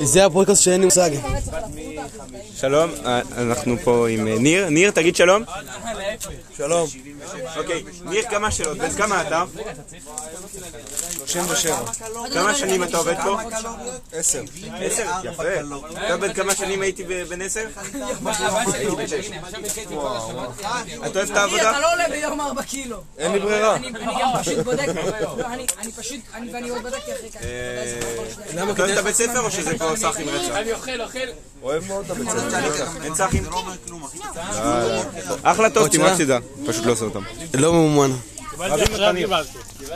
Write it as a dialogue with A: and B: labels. A: זה הפודקאסט שאין לי מושג.
B: שלום, אה, אנחנו פה עם אה, ניר. ניר, תגיד שלום.
A: שלום,
B: אוקיי, ניר, כמה שאלות. בן כמה אתה?
A: 37,
B: כמה שנים אתה עובד פה?
A: 10.
B: עשר? יפה. אתה בן כמה שנים הייתי ב- בן עשר? הייתי בן שש. אתה אוהב את העבודה?
C: אתה לא עולה ביום ארבע קילו.
A: אין לי ברירה.
C: אני אני גם פשוט בודק. לא, אני אני פשוט, אני- ואני עוד בדקתי אחרי ככה.
B: אה, אתה אוהב את הבית ספר או שזה פה סאחים רצח?
A: אוהב מאוד את הבית ספר.
B: אין סאחים? אחלה טוסטים, רק שתדע. פשוט לא עושה אותם.
A: לא מאומן.
D: קיבלתי עכשיו קיבלתי.